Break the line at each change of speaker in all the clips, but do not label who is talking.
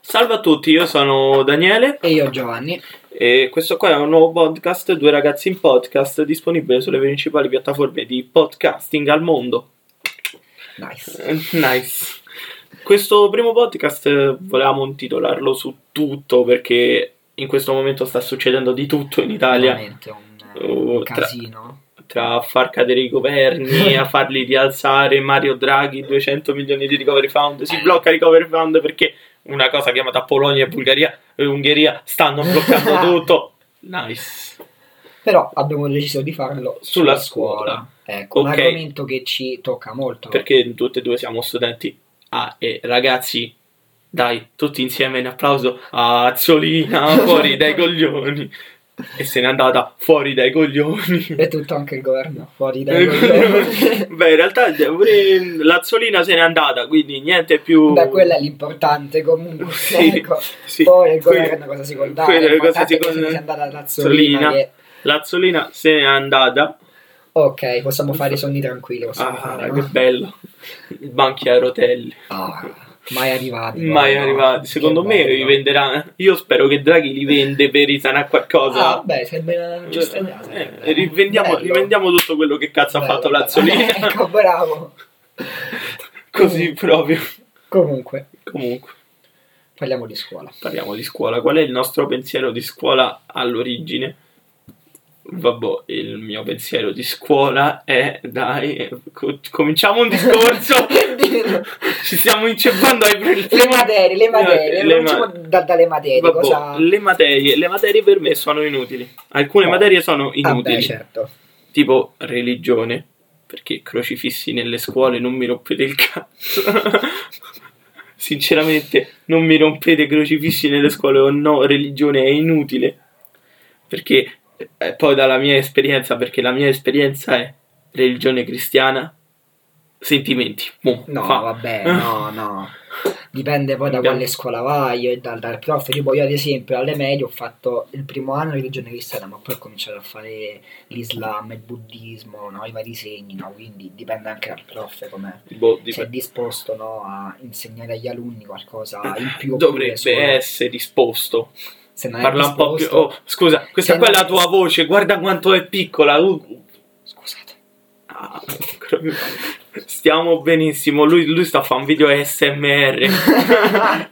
Salve a tutti, io sono Daniele
E io Giovanni.
e questo qua è un nuovo podcast, Due ragazzi in podcast, disponibile sulle principali piattaforme di podcasting al mondo.
Nice.
Eh, Nice. Questo primo podcast eh, volevamo intitolarlo su tutto perché in questo momento sta succedendo di tutto in Italia.
Veramente un, eh,
Oh,
un
tra-
casino.
Tra far cadere i governi, a farli rialzare Mario Draghi, 200 milioni di recovery fund, si blocca il recovery fund perché una cosa chiamata Polonia e Bulgaria e Ungheria stanno bloccando tutto. Nice.
Però abbiamo deciso di farlo
Sulla
Ecco,
Ok.
un argomento che ci tocca molto.
Perché tutti e due siamo studenti. Ah, e ragazzi, dai, tutti insieme in applauso a Zolina fuori dai coglioni. E se n'è andata fuori dai coglioni.
E tutto anche il governo fuori dai governi.
Beh, in realtà eh, pure l'Azzolina se n'è andata, quindi niente più.
Beh, quella è l'importante comunque.
Uh. Sì,
ecco.
sì.
Poi il
Quella-
governo cosa si vuol dare?
quella è la cosa
L'importante è che
secondo-
se ne sia andata la Zolina.
Zolina.
che-
L'Azzolina se n'è andata.
Ok, possiamo fare i sonni tranquilli. Possiamo
Ah,
fare,
che
no?
bello. I Banchi a rotelle.
Ah, mai arrivati.
Mai
no?
arrivati. Secondo
Che
me
bello.
li venderà. Io spero che Draghi li vende per risanare qualcosa.
Ah, beh, sembra giusta idea.
Eh,
sembra.
rivendiamo,
Bello.
rivendiamo tutto quello che cazzo ha
Bello,
fatto
bello.
l'Azzolina.
ecco, bravo.
Così proprio.
Comunque,
Comunque,
parliamo di scuola.
parliamo di scuola. Qual è il nostro pensiero di scuola all'origine? Vabbè, il mio pensiero di scuola è dai, co- cominciamo un discorso.
Dillo.
Ci stiamo inceppando ai pre-
Le materie, le materie,
Le
cominciamo
ma-
da- dalle materie.
Vabbè,
cosa...
le materie, le materie per me sono inutili. Alcune
No.
materie sono
Ah,
inutili.
beh, certo.
tipo religione, perché crocifissi nelle scuole non mi rompete il cazzo. Sinceramente, non mi rompete i crocifissi nelle scuole o no, religione è inutile. Perché eh, poi dalla mia esperienza, perché la mia esperienza è religione cristiana, sentimenti. Boh,
No,
fa.
vabbè, no, no. Dipende poi da
Abbiamo-
quale scuola vai e dal, dal prof. Tipo io ad esempio alle medie ho fatto il primo anno di religione cristiana, ma poi ho cominciato a fare l'Islam, il buddismo, no? i vari segni, no? quindi dipende anche dal prof com'è.
Boh,
Se è
dip-
disposto no, a insegnare agli alunni qualcosa in più. oppure
Dovrebbe
solo-
essere disposto.
se non è
Parla un po' più.
disposto- Cioè,
oh, scusa, questa
Se
qua è
non-
la tua voce. Guarda quanto è piccola. Uh,
Scusate.
Ah, proprio- Stiamo benissimo. Lui, lui sta a fare un video SMR.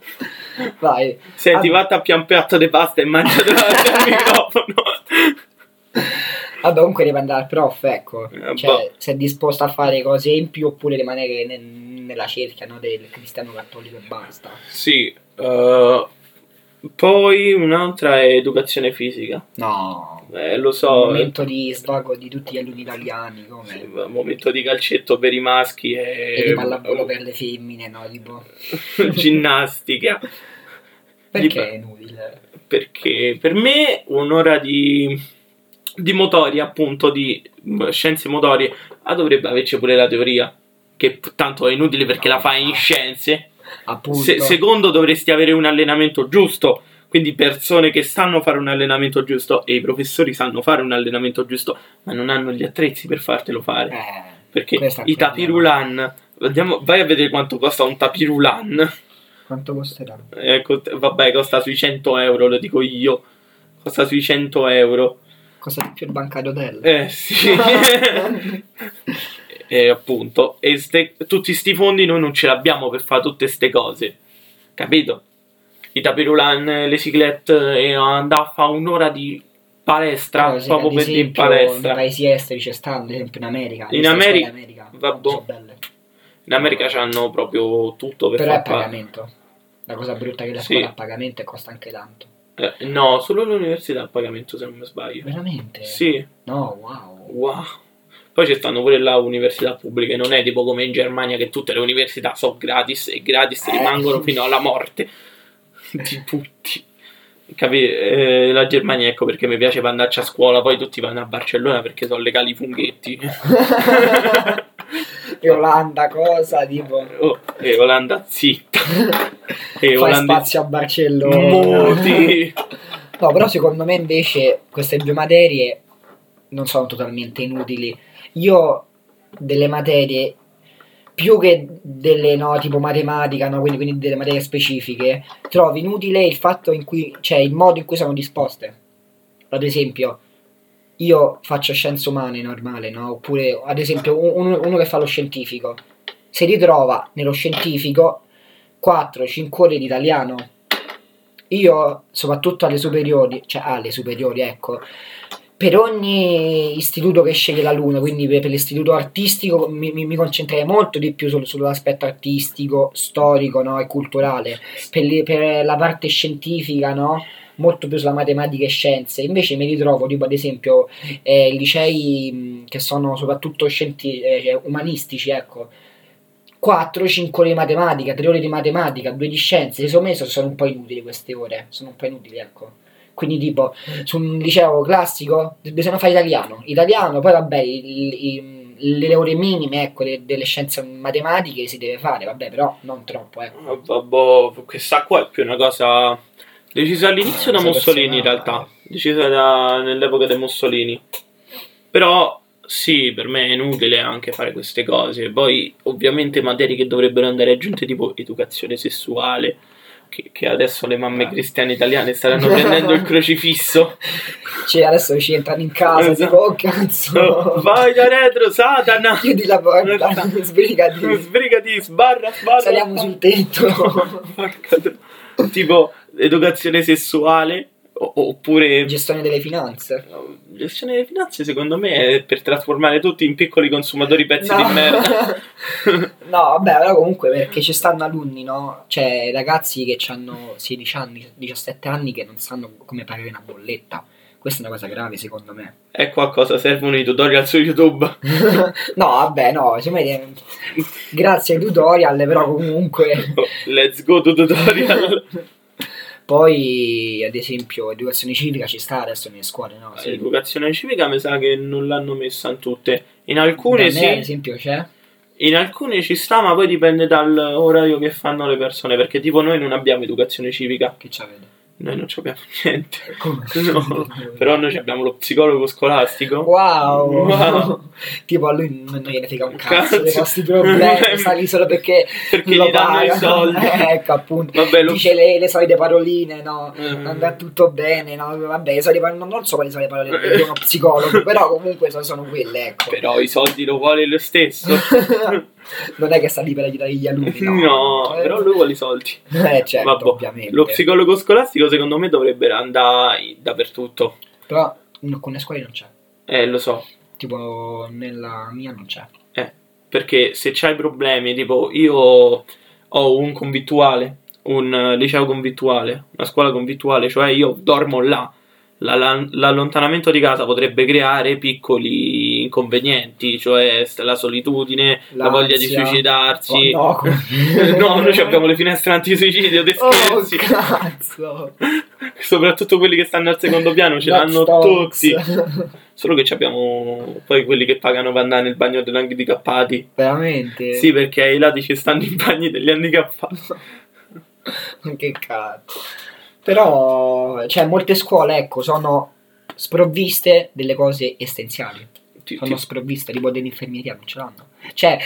Vai.
Senti,
Ah.
vatta a pian piatto di pasta e mangia davanti al microfono.
Vabbè, comunque dipende dal prof, ecco.
Eh,
Cioè,
boh.
se è disposto a fare cose in più oppure rimanere nel- nella cerchia no, del cristiano cattolico e basta.
Sì, eh, poi un'altra è educazione fisica.
No.
Eh, lo
Un
so,
momento di svago di tutti gli alunni italiani, come...
sì, Eh, un momento di calcetto per i maschi
E
e,
di pallavolo per le femmine, no? Tipo...
ginnastica.
Perché
Dip-
è inutile?
perché per me un'ora di, di motoria, appunto, di mh, scienze motorie, ah, dovrebbe averci pure la teoria, che p- tanto è inutile perché la fai in scienze.
Appunto.
Se- secondo, dovresti avere un allenamento giusto, quindi persone che sanno fare un allenamento giusto e i professori sanno fare un allenamento giusto, ma non hanno gli attrezzi per fartelo fare.
Eh,
Perché
questo è il
i
problema.
tapirulan, andiamo- vai a vedere quanto costa un tapirulan.
Quanto costerà?
Eh, cont- vabbè, costa sui 100 euro, lo dico io. Costa sui 100 euro.
Costa di più il bancario hotel?
Eh sì. e appunto, e ste- tutti sti fondi noi non ce l'abbiamo per fare tutte ste cose. Capito? I tapirulan, eh, le ciclette e andare a fare un'ora di palestra
Però, sì,
proprio
ad
per dire in
esempio,
palestra.
Nei paesi esteri c'è stanno, ad esempio in America.
In boh.
le scuole
Ameri-
America
vabbò.
sono belle.
In America c'hanno proprio tutto per
Però
far
è
fare.
pagamento. La cosa brutta è che la
Sì.
scuola è a pagamento e costa anche tanto.
Eh, no, solo l'università a pagamento se non mi sbaglio.
Veramente?
Sì.
No, wow.
Wow. Poi ci stanno pure là università pubbliche, non è tipo come in Germania che tutte le università sono gratis e gratis
Eh.
rimangono fino alla morte di tutti. Capi? Eh, la Germania ecco perché mi piaceva andarci a scuola, poi tutti vanno a Barcellona perché sono legali i funghetti.
e Olanda cosa? Tipo...
Oh, e Olanda zitta. E
Fai
Olanda
spazio a Barcellona.
muti.
No, però secondo me invece queste due materie non sono totalmente inutili. Io delle materie più che delle no, tipo matematica, no, quindi, quindi delle materie specifiche, trovi inutile il fatto in cui, cioè il modo in cui sono disposte. Ad esempio, io faccio scienze umane normale, no? Oppure, ad esempio, un- uno, uno che fa lo scientifico, si ritrova nello scientifico 4-5 ore di italiano. Io, soprattutto alle superiori, cioè alle superiori, ecco, per ogni istituto che sceglie l'alunno, quindi per, per l'istituto artistico mi, mi, mi concentrerei molto di più sul- sull'aspetto artistico, storico no? e culturale, per, le- per la parte scientifica, no? molto più sulla matematica e scienze, invece mi ritrovo tipo ad esempio eh, licei mh, che sono soprattutto scienti- eh, cioè, umanistici, ecco, 4-5 ore di matematica, 3 ore di matematica, 2 di scienze, secondo me so- sono un po' inutili queste ore, sono un po' inutili, ecco. Quindi tipo su un liceo classico bisogna fare italiano, italiano, poi vabbè il- il- le ore minime ecco, de- delle scienze matematiche si deve fare, vabbè però non troppo. Ecco.
Vabbè, questa qua è più una cosa decisa all'inizio da
Cosa
Mussolini in
personale.
realtà, decisa da- nell'epoca dei Mussolini. Però sì, per me è inutile anche fare queste cose. Poi ovviamente materie che dovrebbero andare aggiunte tipo educazione sessuale, che, che adesso le mamme
Ah.
cristiane italiane staranno prendendo il crocifisso.
Cioè, adesso ci entrano in casa,
Esatto.
tipo, oh cazzo,
Vai da retro, Satana!
chiudi la porta,
Esatto.
sbrigati,
Sbrigati, sbarra, sbarra.
saliamo sul tetto.
Porca tro- tipo educazione sessuale o- oppure
Gestione delle finanze.
No, gestione delle finanze secondo me è per trasformare tutti in piccoli consumatori pezzi di merda
no, vabbè, però comunque perché ci stanno alunni, no? Cioè, ragazzi che hanno 16 anni, 17 anni che non sanno come pagare una bolletta. Questa è una cosa grave, secondo me.
ecco a cosa servono i tutorial su youtube
no, vabbè, no, secondo me, grazie ai tutorial, però comunque...
let's go to tutorial
Poi, ad esempio, educazione civica ci sta adesso nelle scuole, no? Sì.
l'educazione civica mi sa che non l'hanno messa in tutte in alcune
Da me, ad
sì
esempio, c'è.
in alcune ci sta ma poi dipende dall'orario che fanno le persone perché tipo noi non abbiamo educazione civica
Che c'avete?
noi non ci abbiamo niente
Come?
No, Però noi abbiamo lo psicologo scolastico.
Wow.
Wow.
tipo a lui non non gliene frega un cazzo, dei
Cazzo.
nostri problemi, sta lì solo perché,
Perché
lo
gli danno i
pagano.
soldi.
ecco, appunto.
Vabbè, lo-
Dice le, le solite paroline, no?
Mm.
Andrà tutto bene, no? Vabbè, le solite parole- non non so quali sono le parole di
Eh.
uno psicologo, però comunque so- sono quelle, ecco.
Però i soldi lo vuole lo stesso.
non è che sta lì per aiutare gli alunni, no?
No,
Eh,
però lui vuole i soldi.
Eh, certo,
Vabbò,
ovviamente.
Lo psicologo scolastico secondo me dovrebbe andare in- dappertutto.
Però in alcune scuole non c'è.
Eh, lo so.
Tipo nella mia non c'è.
Eh, Perché se c'hai problemi, tipo io ho un convittuale, un eh, liceo convittuale, una scuola convittuale, cioè io dormo là. La- la- l'allontanamento di casa potrebbe creare piccoli inconvenienti, cioè st- la solitudine, la voglia di
L'ansia.
suicidarsi.
Oh, no, come-
no, noi ci abbiamo le finestre antisuicidio, te
Oh,
scherzi.
cazzo.
Soprattutto quelli che stanno al secondo piano ce l'hanno
Dogs.
tutti. Solo che ci abbiamo poi quelli che pagano per andare nel bagno degli handicappati.
Veramente?
Sì, perché ai lati ci stanno i bagni degli handicappati.
Che cazzo. Però, cioè, molte scuole, ecco, sono sprovviste delle cose essenziali.
Ti-
Sono
ti-
sprovviste, tipo dell'infermieria, non ce l'hanno. Cioè,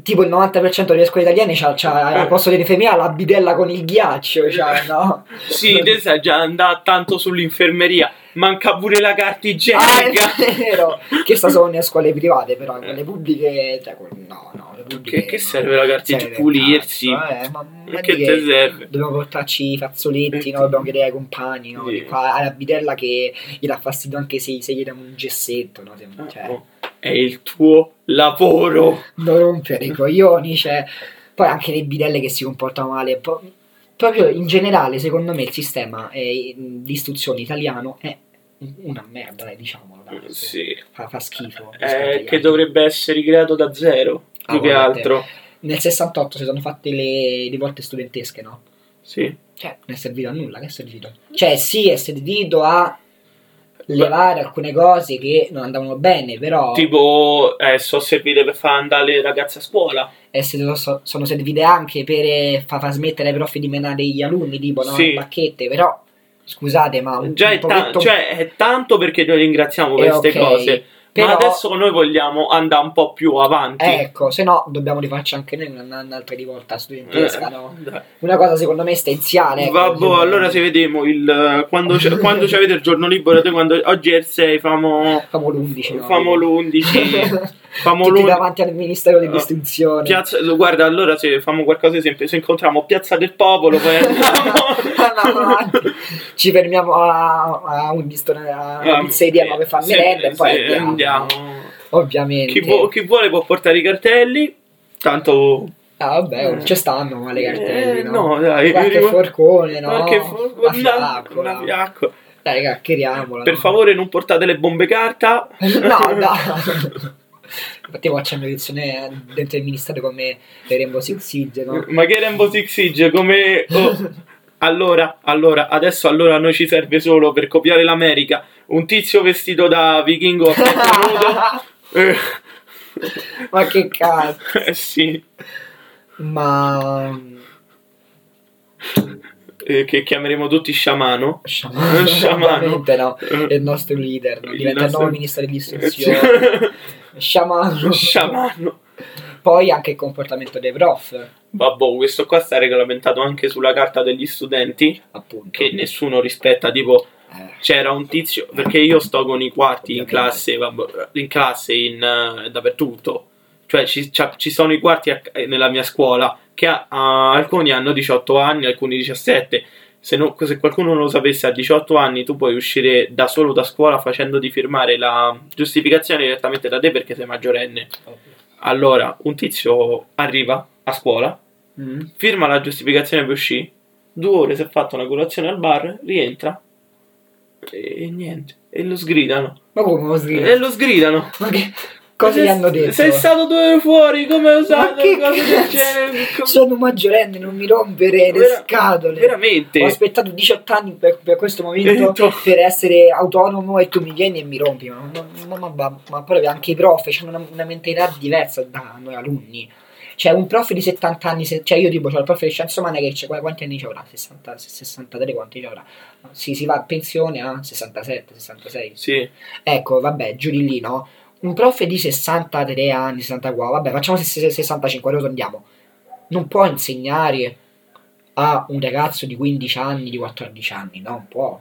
tipo il 90% delle scuole italiane c'ha, c'ha
Eh.
al posto dell'infermiera la bidella con il ghiaccio, cioè, no?
Sì, te sai già andare tanto sull'infermeria. Manca pure la carta
Ah,
igienica.
è vero, che sta solo nelle scuole private, però quelle pubbliche, cioè, que- no, no, le pubbliche
Eh. Che, che
no.
serve la carta
Serve
igienica? Pulirsi.
un cazzo, eh, ma, ma
che
di
te serve?
Dobbiamo portarci i fazzoletti, no? dobbiamo chiedere ai compagni, no?
Sì.
Di qua alla bidella che gli dà fastidio anche se, se gli diamo un gessetto, no? Se- cioè,
Oh, È il tuo lavoro.
non rompere i coglioni, cioè. poi anche le bidelle che si comportano male. po- proprio in generale, secondo me, il sistema eh, di istruzione italiano è una merda, dai, diciamolo. dai, su.
Eh, Sì.
fa, fa schifo. rispetto
Eh,
agli
che
altri.
dovrebbe essere ricreato da zero.
Ah,
Più che
guarda te.
altro.
Nel 68 si sono fatte le rivolte studentesche, no?
Sì.
Cioè, non è servito a nulla, che è servito? Cioè, sì, è servito a levare alcune cose che non andavano bene, però
Tipo, eh, so servire per far andare le ragazze a scuola.
è servito- so- sono servite anche per eh, far, far smettere ai prof di menare gli alunni, tipo, no,
Sì.
le bacchette, però, scusate, ma un,
Già
Ah, un
è, ta-
pochetto-
cioè, è tanto perché noi ringraziamo
Eh,
queste
ok,
cose. Ma
Però-
adesso noi vogliamo andare un po' più avanti.
Ecco, se no dobbiamo rifarci anche noi una- un'altra di volta studentesca,
Eh,
no?
dai.
Una cosa secondo me essenziale. esatto. ecco,
Vabbè,
perché-
allora se vediamo il, eh, quando, c'è- quando ci avete il giorno libero, te quando- oggi è il 6, famo,
Famo l'11, no?
famo l'11, famo
Tutti
l'11.
davanti al Ministero dell'Istruzione.
Piazza, guarda, allora se famo qualcosa di semplice, se incontriamo Piazza del Popolo, poi andiamo.
Andiamo avanti. Ci fermiamo a, a un ristorante, a una pizzeria dove fa
Ah, Sì,
merenda e poi
sì,
andiamo.
andiamo.
Ovviamente.
Chi, vuo- chi vuole può portare i cartelli, tanto...
Ah, vabbè, ci stanno ma le cartelle,
Eh,
no?
no, dai.
Qualche
mi-
forcone, no?
Qualche forcone,
La
una-
fiaccola.
una fiaccola.
Dai, raga, chiariamola.
Per
no?
favore non portate le bombe carta.
no, no. Infatti faccio una lezione dentro il ministero come le Rainbow Six Siege, no?
Ma che Rainbow Six Siege come... oh, Allora, allora, adesso allora a noi ci serve solo per copiare l'America un tizio vestito da vichingo a petto nudo. Eh,
Ma che cazzo.
eh, sì,
Ma... mm,
eh, che chiameremo tutti sciamano.
Sciamano,
Sciamano.
ovviamente no. È
Eh,
il nostro leader, no?
Il
diventa il,
nostro- Eh,
nuovo ministro dell'istruzione. Sciamano.
sciamano.
Poi anche il comportamento dei prof,
Vabbè, oh, questo qua sta regolamentato anche sulla carta degli studenti
appunto.
che nessuno rispetta, tipo
Eh,
c'era un tizio perché io sto con i quarti in
Ovviamente.
classe vabbè, in classe in, eh, dappertutto cioè ci, c'ha- ci sono i quarti a- eh, nella mia scuola che ha- ha- alcuni hanno 18 anni alcuni 17 se, no- se qualcuno non lo sapesse a 18 anni tu puoi uscire da solo da scuola facendoti firmare la giustificazione direttamente da te perché sei maggiorenne allora un tizio arriva a scuola
Mm.
firma la giustificazione per uscire. Due ore si è fatta una colazione al bar, rientra e niente. E lo sgridano.
Ma come lo scrive?
E lo sgridano.
Ma che... Cosa gli
Eh, Se-
hanno detto?
Sei stato due ore fuori, come hai
Ma
usato?
che
Cosa del
cazzo?
genere? Come-
Sono maggiorenne, non mi rompere le
Vera- Eh,
scatole.
Veramente.
Ho aspettato 18 anni per, per questo momento
Detto.
per essere autonomo e tu mi vieni e mi rompi. Ma, ma- ma- ma- ma- ma poi anche i prof hanno una, una mentalità diversa da noi alunni. Cioè, un prof di 70 anni, se- cioè io tipo, c'ho il prof di scienze umane che c'è, qua- quanti anni ci avrà? 60, 63, quanti ci avrà? Si, si va a pensione a 67, 66.
Sì.
Ecco, vabbè, giù di lì, no? Un prof di 63 anni, 64, vabbè, facciamo se- se- 65, rotondiamo. Non può insegnare a un ragazzo di 15 anni, di 14 anni, non può.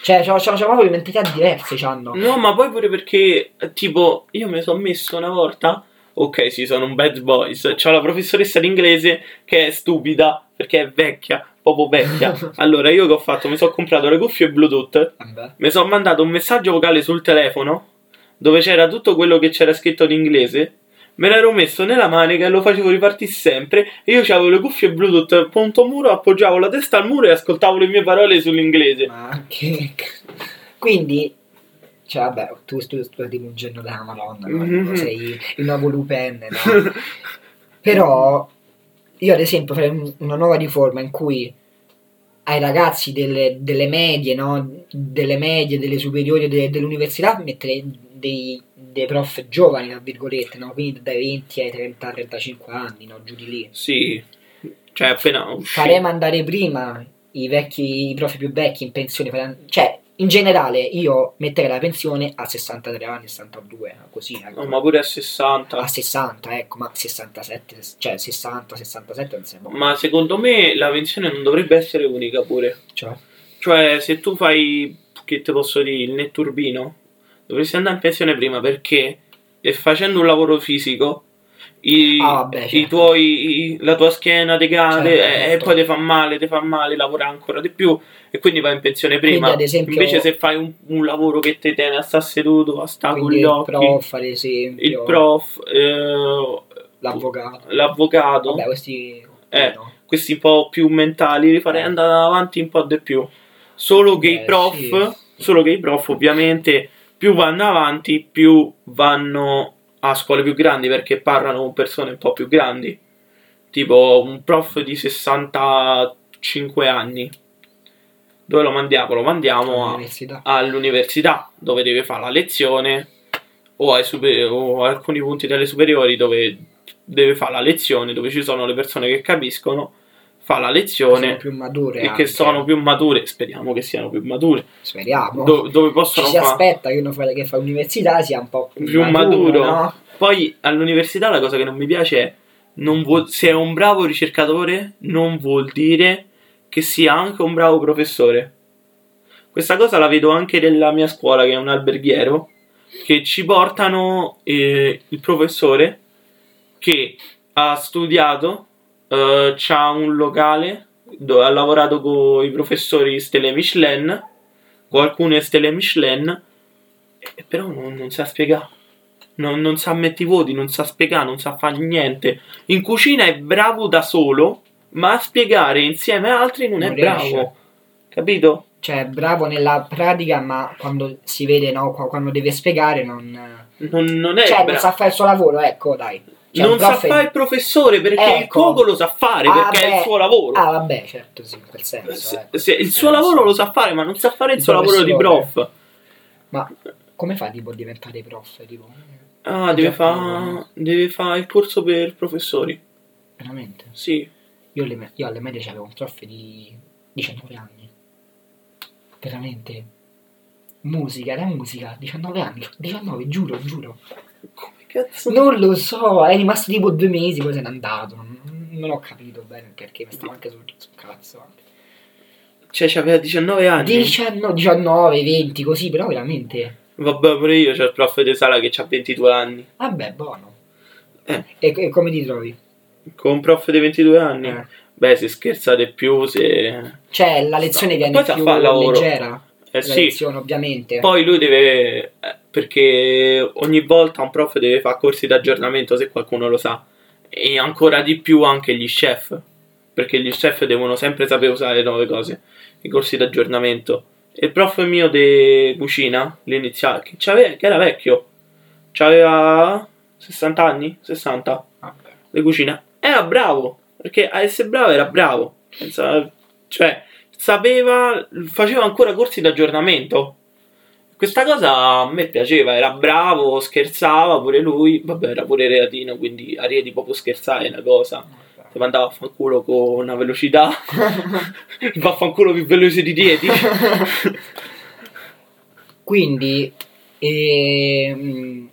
Cioè, c'hanno c'hanno- c'hanno proprio mentalità diverse, c'hanno.
No, ma poi pure perché, eh, tipo, io mi sono messo una volta. Ok, sì, sono un bad boys. C'ho la professoressa d'inglese che è stupida perché è vecchia, proprio vecchia. Allora, io che ho fatto? Mi sono comprato le cuffie Bluetooth
Vabbè.
mi sono mandato un messaggio vocale sul telefono dove c'era tutto quello che c'era scritto in inglese. Me l'ero messo nella manica e lo facevo ripartire sempre. E io avevo le cuffie Bluetooth punto muro, appoggiavo la testa al muro e ascoltavo le mie parole sull'inglese.
Ma che... Quindi, cioè, vabbè, tu tu- tu sei tipo un genio della Madonna, no?
Mhm.
Sei il nuovo Lupin, no? Però io ad esempio farei un- una nuova riforma in cui ai ragazzi delle, delle medie, no? delle medie, delle superiori, de- dell'università mettere dei, dei prof giovani, tra virgolette, no? quindi dai 20 ai 30, 35 anni, no? giù di lì.
sì, cioè appena uscì.
Farei mandare prima i, vecchi, i prof più vecchi in pensione, farei- cioè in generale io metterei la pensione a 63 anni, 62, no? così. ecco.
No, Oh, ma pure a
A
60.
60, ecco, ma 67, cioè 60, 67 non sembra.
Ma secondo me la pensione non dovrebbe essere unica pure.
Cioè,
Cioè, se tu fai, che te posso dire, il netturbino, dovresti andare in pensione prima perché e facendo un lavoro fisico i,
Ah, vabbè,
i
certo.
tuoi, i- la tua schiena ti cade
Certo,
e, e
certo.
eh, poi ti fa male, ti fa male, lavora ancora di più e quindi vai in pensione
Quindi,
prima.
ad esempio-
Invece se fai un, un lavoro che ti tiene a sta seduto, a sta con
quindi
gli
il
occhi,
prof, ad esempio,
il prof, eh,
l'avvocato.
l'avvocato,
Vabbè, questi
Eh,
no.
questi un po' più mentali, li farei andare avanti un po' di più. Solo che
Beh,
i prof, solo che i prof ovviamente più vanno avanti, più vanno a scuole più grandi perché parlano con persone un po' più grandi. Tipo un prof di 65 anni. Dove lo mandiamo? Lo mandiamo a-
all'università.
all'università dove deve fare la lezione o, ai super- o a alcuni punti delle superiori dove deve fare la lezione, dove ci sono le persone che capiscono, fa la
sono
lezione
più mature
e che
anche.
sono più mature, speriamo che siano più mature,
speriamo
do- dove
Boh. ci
possono
si
fare...
aspetta che uno fa- che fa università sia un po'
Più maturo.
no?
Poi all'università la cosa che non mi piace è non vuol- se è un bravo ricercatore non vuol dire che sia anche un bravo professore. Questa cosa la vedo anche nella mia scuola che è un alberghiero che ci portano eh, il professore che ha studiato, eh, c'ha un locale dove ha lavorato con i professori stelle Michelin, con alcune stelle Michelin, e però non, non sa spiegare. Non, non sa mettere i voti, non sa spiegare, non sa fare niente. In cucina è bravo da solo, ma a spiegare insieme a altri non,
Non
è
riesce.
bravo. Capito?
cioè bravo nella pratica ma quando si vede no, qua- quando deve spiegare non
Non, non è
cioè non
bravo.
sa fare il suo lavoro ecco dai Cioè,
Eh, non
un
sa
prof è-
fare il professore perché il
Ecco.
coco lo sa fare,
Ah,
perché è il
beh.
suo lavoro.
ah vabbè certo sì in quel senso
Se-
ecco.
se il suo
Eh,
lavoro
sì.
lo sa fare, ma non sa fare il,
Il
suo lavoro di
professore.
prof.
ma come fa tipo a diventare prof tipo
Ah, deve
Già
fare
fatto.
deve fa il corso per professori.
veramente
Sì,
io alle, io alle medie c'avevo un prof di 19 anni veramente musica la musica 19 anni 19 giuro giuro
come cazzo?
Non lo so, è rimasto tipo due mesi, poi se n'è andato. Non, non ho capito bene perché mi stavo anche sul, sul cazzo. anche.
Cioè, aveva 19 anni.
19, 19, 20, così, però veramente.
Vabbè, pure io c'ho il prof di sala che ha 22 anni.
Vabbè, buono.
Eh.
E, e come ti trovi?
Con un prof di 22 anni?
Eh.
Beh, si scherza di più se...
Cioè, la lezione
Sta-
viene
poi sa
più
fa il lavoro.
leggera.
Eh
la
sì,
lezione, ovviamente.
Poi lui deve. eh, Perché ogni volta un prof deve fare corsi di aggiornamento, se qualcuno lo sa. E ancora di più anche gli chef. Perché gli chef devono sempre sapere usare nuove cose. I corsi di aggiornamento. E il prof mio di cucina, l'iniziale, che, c'aveva- che era vecchio, aveva 60 anni, 60,
Vabbè.
di cucina. Era bravo, perché a essere bravo era bravo. Senza- Cioè, sapeva, faceva ancora corsi di aggiornamento. Questa cosa a me piaceva, era bravo, scherzava pure lui, vabbè era pure reatino, quindi a Rieti proprio scherzare è una cosa.
Vabbè.
Ti mandava a fanculo con una velocità, vaffanculo più veloce di Rieti.
Quindi, ehm,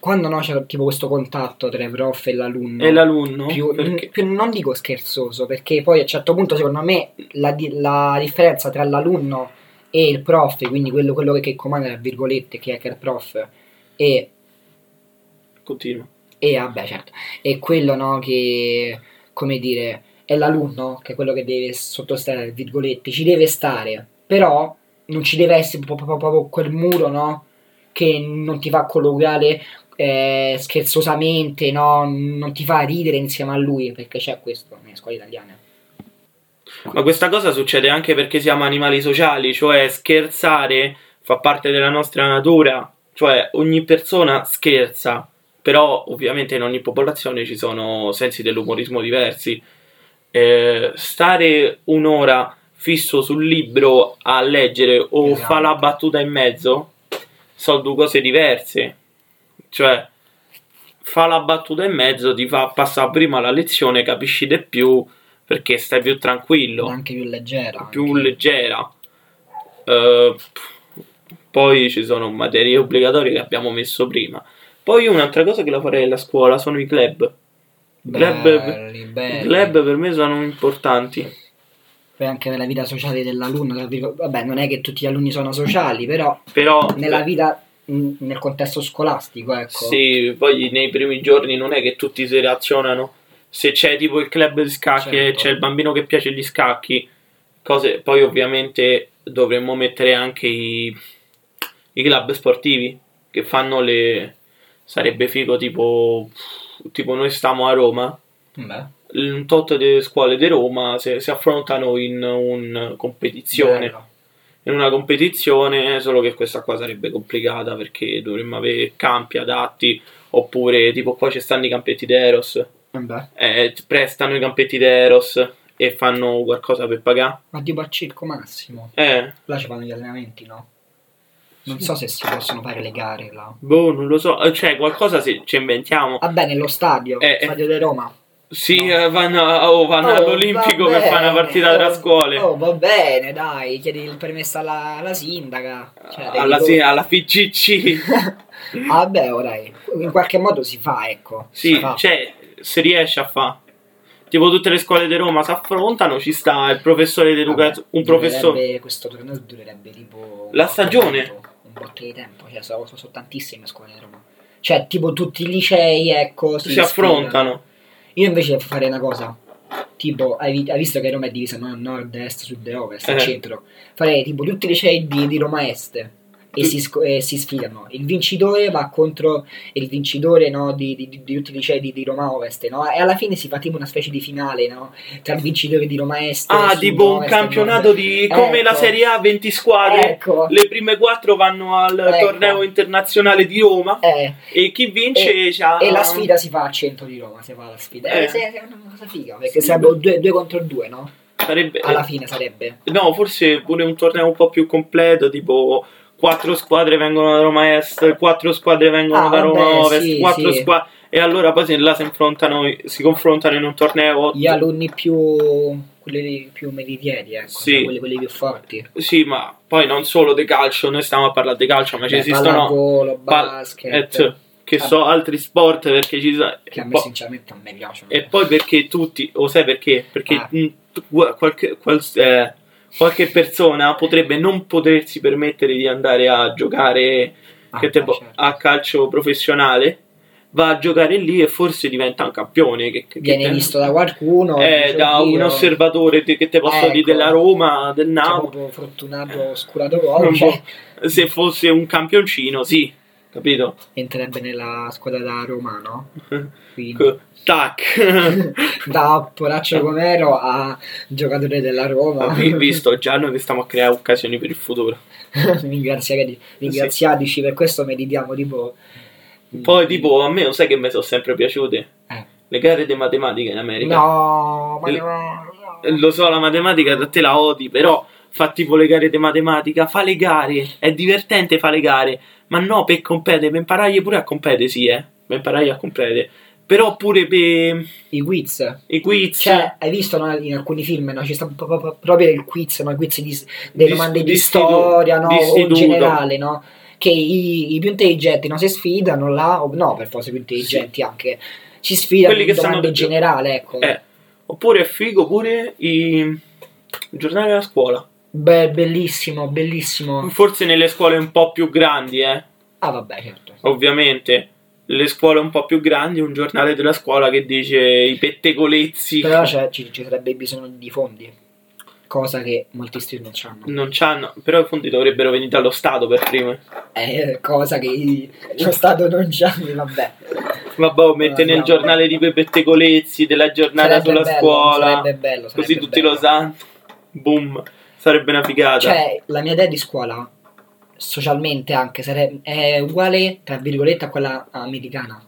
quando no, c'era tipo questo contatto tra i prof e l'alunno.
E l'alunno,
più,
perché-
più- non dico scherzoso, perché poi a un certo punto, secondo me, la, di- la differenza tra l'alunno e il prof, quindi quello, quello che, che comanda, tra virgolette, che è che è il prof, e,
continua.
e vabbè, certo, e quello no, che, come dire, è l'alunno, che è quello che deve sottostare, tra virgolette, ci deve stare, però non ci deve essere proprio, proprio- proprio quel muro, no, che non ti fa colloquiale. eh, scherzosamente no? non ti fa ridere insieme a lui perché c'è questo nelle scuole italiane
Ma questa cosa succede anche perché siamo animali sociali, cioè scherzare fa parte della nostra natura, cioè ogni persona scherza, però ovviamente in ogni popolazione ci sono sensi dell'umorismo diversi. Eh, stare un'ora fisso sul libro a leggere o
Esatto.
fa la battuta in mezzo sono due cose diverse. Cioè, fa la battuta in mezzo, ti fa passare prima la lezione, capisci di più perché stai più tranquillo
Ma anche più leggera.
più
anche.
leggera. Eh, poi ci sono materie obbligatorie che abbiamo messo prima. Poi un'altra cosa che la farei alla scuola sono i club. club-
belli,
I
belli.
club per me sono importanti.
Poi anche per la vita sociale dell'alunno, tra virgo- vabbè, non è che tutti gli alunni sono sociali, però
Però
nella vita, mh, nel contesto scolastico, ecco.
sì, poi nei primi giorni non è che tutti si relazionano. Se c'è tipo il club di scacchi e
Certo.
c'è il bambino che piace gli scacchi, cose, poi ovviamente dovremmo mettere anche i, i club sportivi che fanno le... sarebbe figo tipo, tipo noi stiamo a Roma,
Beh,
un tot delle scuole di Roma se- si affrontano in una competizione
bello.
in una competizione, solo che questa qua sarebbe complicata perché dovremmo avere campi adatti, oppure tipo qua ci stanno i campetti d'Eros,
Vabbè.
eh, ti prestano i campetti d'Eros e fanno qualcosa per pagare.
Ma tipo al circo massimo,
Eh,
là ci fanno gli allenamenti, no? Non
Sì.
so se si possono fare le gare là.
boh, non lo so, eh, cioè qualcosa se ci inventiamo.
Vabbè, nello stadio,
Eh, eh.
stadio di Roma.
Sì, eh, vanno, oh, vanno
Oh,
all'Olimpico
va
per fare una
bene,
partita tra
oh,
scuole.
Oh, va bene, dai, chiedi il permesso alla, alla sindaca. Cioè, devi
Ah, alla,
tu-
sì, alla FCC.
Ah, beh, oh, dai, in qualche modo si fa, ecco.
Sì,
si fa.
cioè, se riesce a fare. Tipo tutte le scuole di Roma si affrontano, ci sta il professore di educazione,
Vabbè,
un professore.
durerebbe- Questo torneo durerebbe tipo.
La
un botto di
stagione?
tempo, Un botto di tempo, cioè, sono, sono tantissime scuole di Roma. Cioè, tipo tutti i licei, ecco.
Si affrontano.
ispirano. Io invece farei una cosa. Tipo, hai, vi- hai visto che Roma è divisa no? nord, est, sud, ovest,
Eh.
centro. Farei tipo tutti i licei di, di Roma Est. E
Tu-
si, sc- e si sfidano. Il vincitore va contro il vincitore no, di, di- di- di tutti i licei di, di Roma Ovest. No? E alla fine si fa tipo una specie di finale no? tra il vincitore di Roma Est.
Ah,
Sud,
tipo un
Ovest e Nord.
campionato di come la
eh, Ecco.
Serie A 20 squadre.
Ecco.
Le prime quattro vanno al
Ecco.
torneo internazionale di Roma
Eh,
e chi vince c'ha-
e la sfida si fa al centro di Roma. Si fa la sfida. Eh,
Ah. Eh.
se- è una cosa figa. Perché sarebbero due, due contro due, no?
sarebbe
Alla fine sarebbe.
No, forse pure un torneo un po' più completo, tipo quattro squadre vengono da Roma Est, quattro squadre vengono
Ah,
da Roma
vabbè,
Ovest,
sì,
quattro
sì.
squadre e allora poi se là si confrontano, si confrontano in un torneo
Gli alunni più. quelli più meritieri, ecco.
Sì.
Quelli, quelli più forti.
Sì, ma poi non solo di calcio, noi stiamo a parlare di calcio, ma ci
Beh,
esistono
Cioè, pallavolo,
pal- eh, cioè,
basket.
et- che
Ah.
so altri sport perché ci sono
che a
e
me,
poi-
sinceramente, non mi piacciono.
E poi perché tutti, o sai perché? Perché
Ah.
mh, tu- gua- qualche, qual- eh, qualche persona potrebbe non potersi permettere di andare a giocare
Ah,
che tipo,
certo.
a calcio professionale, va a giocare lì e forse diventa un campione. Che, che-
Viene
che-
visto da qualcuno.
eh,
dice,
da
"Oddio,
un osservatore te- che te posso dire
Ecco.
della Roma, del
c'è
Napoli.
proprio fortunato oscuratore. Cioè,
Se fosse un campioncino, sì, capito?
entrerebbe nella squadra da Roma, no? Quindi.
C- Tac.
da Poraccio Romero a giocatore della Roma.
Vi- Visto, già noi stiamo a creare occasioni per il futuro.
Ringraziare- ringraziateci per questo meritiamo boh. tipo
Poi, tipo, a me lo sai che mi sono sempre piaciute?
Mm. Eh.
Le gare di matematica in America.
No, ma no, no.
Lo so, la matematica da te la odi, però fa tipo le gare di matematica, fa le gare, è divertente fa le gare, ma no per competere, per imparare pure a competere, sì, eh, per imparare a competere, però pure per eh,
i quiz.
i quiz.
Cioè, hai visto no, in alcuni film, no? Ci sta pro- pro- pro- proprio il quiz, no? I quiz di, s- delle
Di-
domande di,
di istituto,
storia, no?
di
O in
istituto.
generale, no? Che i, i più intelligenti non si sfidano là, o- no, per forza i più intelligenti anche. Ci sfidano
Quelli che
in domande
sanno
in
più.
generale, ecco.
Eh, oppure è figo pure i... il giornale della scuola.
Beh, bellissimo, bellissimo.
Forse nelle scuole un po' più grandi, eh.
Ah, vabbè, certo.
ovviamente le scuole un po' più grandi, un giornale della scuola che dice i pettegolezzi
Però c'è- ci, ci sarebbe bisogno di fondi, cosa che molti studenti non hanno.
non c'hanno, però i fondi dovrebbero venire dallo Stato per prima.
Eh, cosa che i- lo Stato non c'ha, vabbè.
Vabbè, oh, mette nel
andiamo.
giornale di quei pettegolezzi, della giornata
Sarebbe
sulla
bello,
scuola,
sarebbe bello, sarebbe
così tutti
bello.
lo sanno. Boom, sarebbe una figata.
Cioè, la mia idea di scuola, socialmente anche, sare- è uguale, tra virgolette, a quella americana.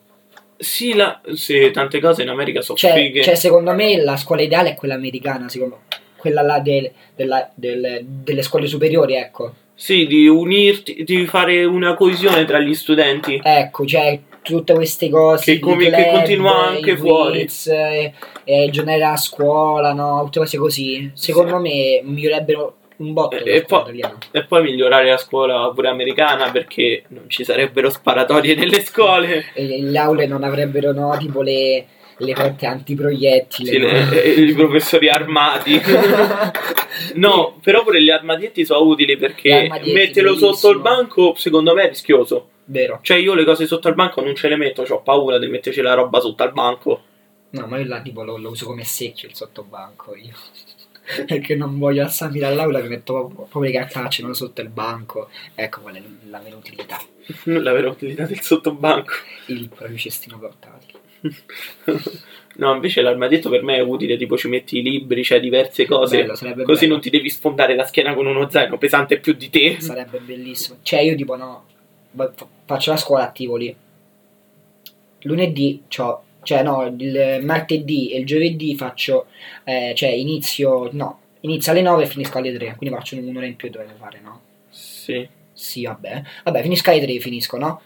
sì, la- sì, tante cose in America sono
Cioè,
fighe.
cioè, secondo me, la scuola ideale è quella americana, secondo Quella là del- della- del- delle scuole superiori, ecco.
Sì, di unirti, di fare una coesione tra gli studenti.
Ecco, cioè tutte queste cose
Che
i
com- che
club,
continua
i
anche fuori.
quiz, eh, eh, giocare a scuola, no? Tutte cose così. Secondo me migliorerebbero un botto
Eh, E- e
la scuola
poi-
italiana.
E poi migliorare la scuola pure americana perché non ci sarebbero sparatorie nelle scuole.
E le- le aule non avrebbero, no? Tipo le, le porte antiproiettile.
Sì,
no?
le- eh, i professori armati. No, però pure gli armadietti sono utili
Gli
perché
armadietti,
metterlo
bellissimo.
sotto il banco secondo me è rischioso.
Vero.
Cioè io le cose sotto il banco non ce le metto, ho paura di metterci la roba sotto al banco.
No, ma io là tipo lo, lo uso come secchio il sottobanco io. Perché non voglio alzarmi dall'aula, mi metto proprio- proprio le cartacce non sotto il banco. Ecco qual è la mia utilità.
La vera utilità del sottobanco.
Il proprio cestino portatile.
No, invece l'armadietto per me è utile, tipo ci metti i libri, c'è diverse cose.
Bello, sarebbe
Oh, Così
bello.
non ti devi sfondare la schiena con uno zaino pesante più di te.
Sarebbe bellissimo. Cioè, io tipo no, va- fa- faccio la scuola a Tivoli. Lunedì, c'ho- cioè no, il martedì e il giovedì faccio, eh, cioè inizio, no, inizio alle 9 e finisco alle 3, quindi faccio un'ora in più dovete fare, no?
Sì.
Eh, Sì, vabbè. Vabbè, finisco alle 3 finisco, no?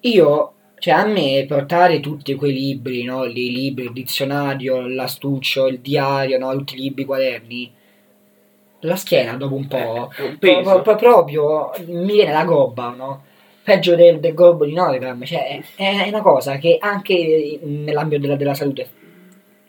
Io Cioè, a me portare tutti quei libri, no? I libri, il dizionario, l'astuccio, il diario, no? Tutti i libri, i quaderni. La schiena dopo un po'.
Eh, un
pro-
peso.
pro- pro- proprio mi viene la gobba, no? Peggio del, del gobbo di Nottingham. Cioè, è, è una cosa che anche nell'ambito della, della salute.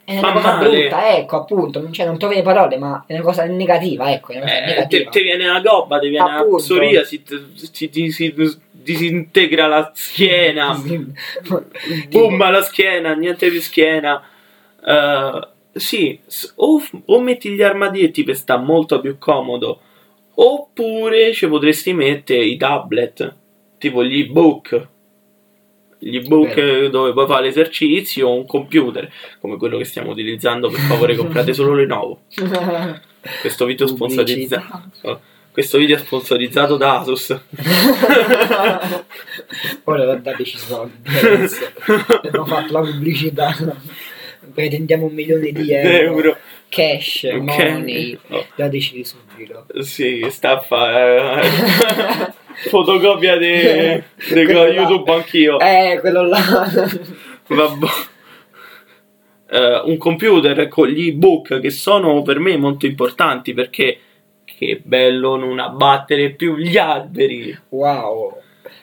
È una
Fa
cosa
male.
brutta, ecco, appunto. Non- Cioè, non trovo le parole, ma è una cosa negativa, ecco. È una cosa
Eh, te,
negativa.
te viene la gobba, ti viene la
Appunto.
psoriasi, ti- ti- ti- si disintegra la schiena,
Tipo-
boom alla schiena, niente più schiena. Eh, sì, s- o, f- o metti gli armadietti per sta molto più comodo, oppure ci potresti mettere i tablet, tipo gli ebook. Gli ebook eh, dove puoi fare l'esercizio o un computer, come quello che stiamo utilizzando, per favore comprate solo Lenovo. Questo video
Pubblicità.
sponsorizzato. Questo video è sponsorizzato da Asus.
Ora da- dateci i soldi. adesso. Abbiamo fatto la pubblicità. Pretendiamo un milione di euro.
Euro.
Cash,
Ok.
money.
Oh,
Dateci subito.
sì, staffa. eh. Fotocopia di, di
Quello là.
YouTube anch'io.
Eh, quello là.
Vabbè. Eh, un computer con gli ebook che sono per me molto importanti perché che bello non abbattere più gli alberi.
Wow.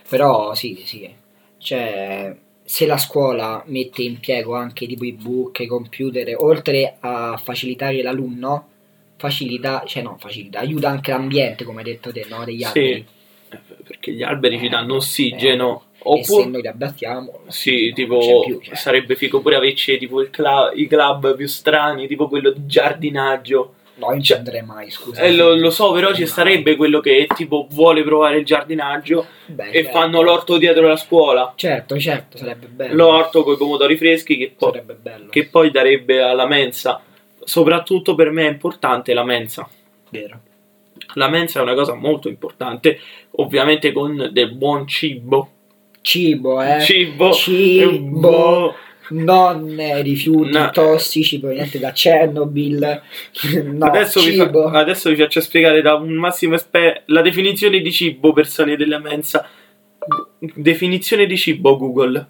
Però sì, sì. Cioè, se la scuola mette in piego anche tipo i book, i computer, oltre a facilitare l'alunno, facilita, cioè no, facilita, aiuta anche l'ambiente, come hai detto te, no, degli
Sì.
alberi.
Eh, Perché gli alberi ci danno
Eh,
ossigeno.
E se
Oppure,
noi li abbattiamo,
Sì,
no,
tipo,
non c'è più, cioè.
sarebbe figo pure averci tipo il cla- i club più strani, tipo quello di giardinaggio.
No, io non ci
cioè-
andrei mai, scusa.
Eh, lo, lo so, però ci
Mai.
sarebbe quello che tipo vuole provare il giardinaggio
Beh,
e
certo.
fanno l'orto dietro la scuola.
Certo, certo, sarebbe bello.
L'orto con i pomodori freschi che, po-
Sarebbe bello.
che poi darebbe alla mensa. Soprattutto per me è importante la mensa.
vero.
La mensa è una cosa molto importante, ovviamente con del buon cibo.
Cibo, eh.
Cibo.
Cibo. Non rifiuti
No.
tossici provenienti da Chernobyl. no,
adesso, vi fa- Ah.
cibo.
adesso vi faccio spiegare da un massimo esperto la definizione di cibo, persone della mensa. Definizione di cibo Google.